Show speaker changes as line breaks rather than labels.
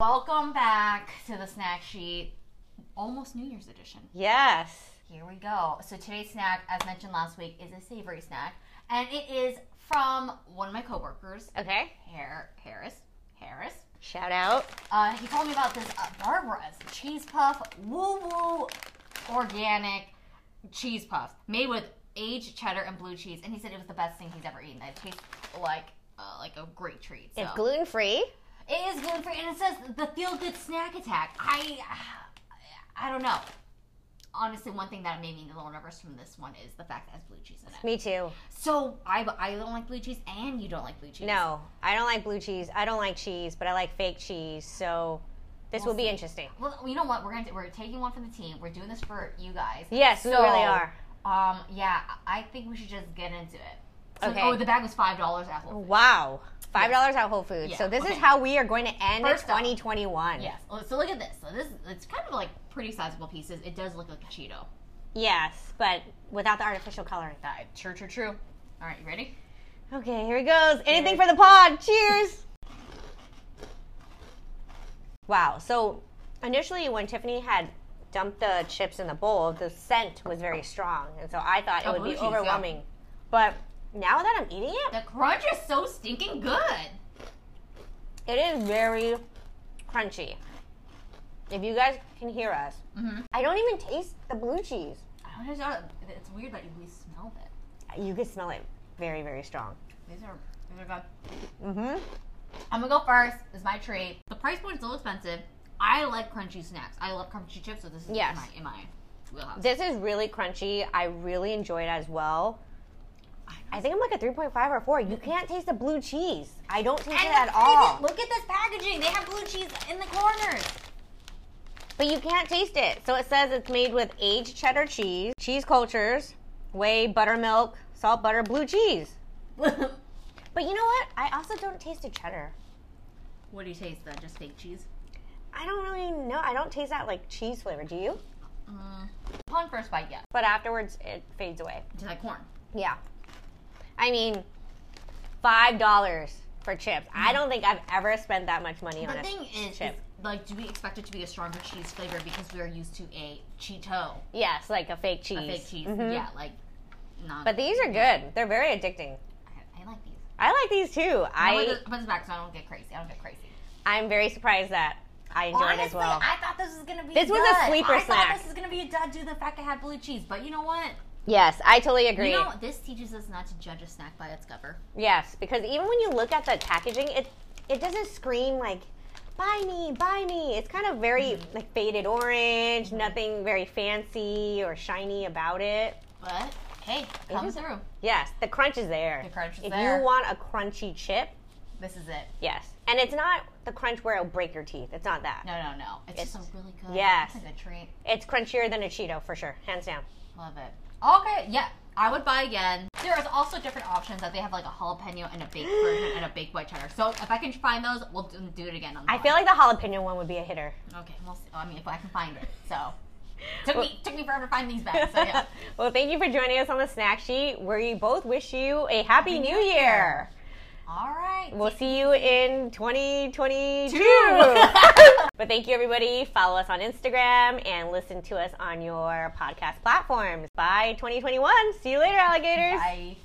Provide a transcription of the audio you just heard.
Welcome back to the snack sheet, almost New Year's edition.
Yes.
Here we go. So today's snack, as mentioned last week, is a savory snack, and it is from one of my coworkers,
Okay.
Har- Harris. Harris.
Shout out.
Uh, he told me about this uh, Barbara's cheese puff, woo woo, organic cheese puffs made with aged cheddar and blue cheese, and he said it was the best thing he's ever eaten. It tastes like uh, like a great treat. So.
It's gluten free.
It is gluten free, and it says the feel good snack attack. I, I don't know. Honestly, one thing that made me a little nervous from this one is the fact that it has blue cheese in it.
Me too.
So I, I don't like blue cheese, and you don't like blue cheese.
No, I don't like blue cheese. I don't like cheese, but I like fake cheese. So this
We'll
will be
see.
interesting.
Well, you know what? We're gonna do, we're taking one from the team. We're doing this for you guys.
Yes, we really are.
Um, yeah, I think we should just get into it. So-
Okay.
Oh, the bag was five dollars at Whole Foods.
Wow. $5 at Whole Foods.
Yeah,
So this
okay.
is how we are going to end
First off-
2021.
Yes. Oh, So look at this. So this it's kind of like pretty sizable pieces. It does look like a Cheeto.
Yes, but without the artificial coloring.
That true, true, true. All right, you ready?
Okay, here it goes. Anything for the pod. Cheers. Wow. So initially, when Tiffany had dumped the chips in the bowl, the scent was very strong, and so I thought
Oh,
it would
blue
be
cheese,
overwhelming. But now that I'm eating it,
The crunch is so stinking good.
it is very crunchy. If you guys can hear us,
Mm-hmm.
I don't even taste the blue cheese.
I don't know. It's weird that you really smelled it.
You can smell it very, very strong.
These are these are good.
Mm-hmm.
I'm gonna go first. This is my treat. The price point is a little expensive. I like crunchy snacks. I love crunchy chips, so this is
Yes.
in my in my wheelhouse.
This is really crunchy. I really enjoy it as well. I think I'm like a 3.5 or 4. You can't taste the blue cheese. I don't taste it at
look
all.
Look at this packaging. They have blue cheese in the corners.
But you can't taste it. So it says it's made with aged cheddar cheese, cheese cultures, whey, buttermilk, salt, butter, blue cheese. But you know what? I also don't taste the cheddar.
what do you taste then? Just fake cheese?
I don't really know. I don't taste that like cheese flavor. Do you?
Mm. Upon first bite, yeah.
But afterwards, it fades away.
It's like corn.
Yeah. I mean, $5 for chips. I don't think I've ever spent that much money on
Mm-hmm. The
it.
thing is, is,
chip.
like, do we expect it to be a stronger cheese flavor because we are used to a Cheeto,
Yes, like a fake cheese.
a fake cheese?
Mhm.
Yeah, like, not.
But these are good. They're very addicting.
I, I like these.
I like these too.
I want
I
to put this back so I don't get crazy. I don't get crazy.
I'm very surprised that I enjoyed
Honestly,
it as well.
I thought this was gonna be
This was a
dud.
sleeper
I
snack.
thought this was gonna be a dud due to the fact I had blue cheese. But you know what?
yes, I totally agree.
You know, this teaches us not to judge a snack by its cover.
yes, because even when you look at the packaging, it it doesn't scream like buy me, buy me. It's kind of very
Mm-hmm.
like faded orange, nothing very fancy or shiny about it.
But hey, come
is-
through.
Yes, the crunch is there.
The crunch is
if
there.
you want a crunchy chip,
This is it.
yes. And it's not the crunch where it'll break your teeth. It's not that.
No, no, no. It's, just a really good.
Yes.
It's a good treat.
It's crunchier than a Cheeto for sure, hands down.
Love it. Okay, yeah. I would buy again. There is also different options that they have like a jalapeno and a baked version and a baked white cheddar. So if I can find those, we'll do, do it again. On the
I feel like the jalapeno one would be a hitter.
like okay. We'll see. I mean, if I can find it, so took me took me forever to find these bags. So yeah.
well, thank you for joining us on the snack sheet. We both wish you a happy new year.
All right.
We'll see you in 2022. but thank you, everybody. Follow us on Instagram and listen to us on your podcast platforms. Bye, 2021. See you later, alligators.
Bye.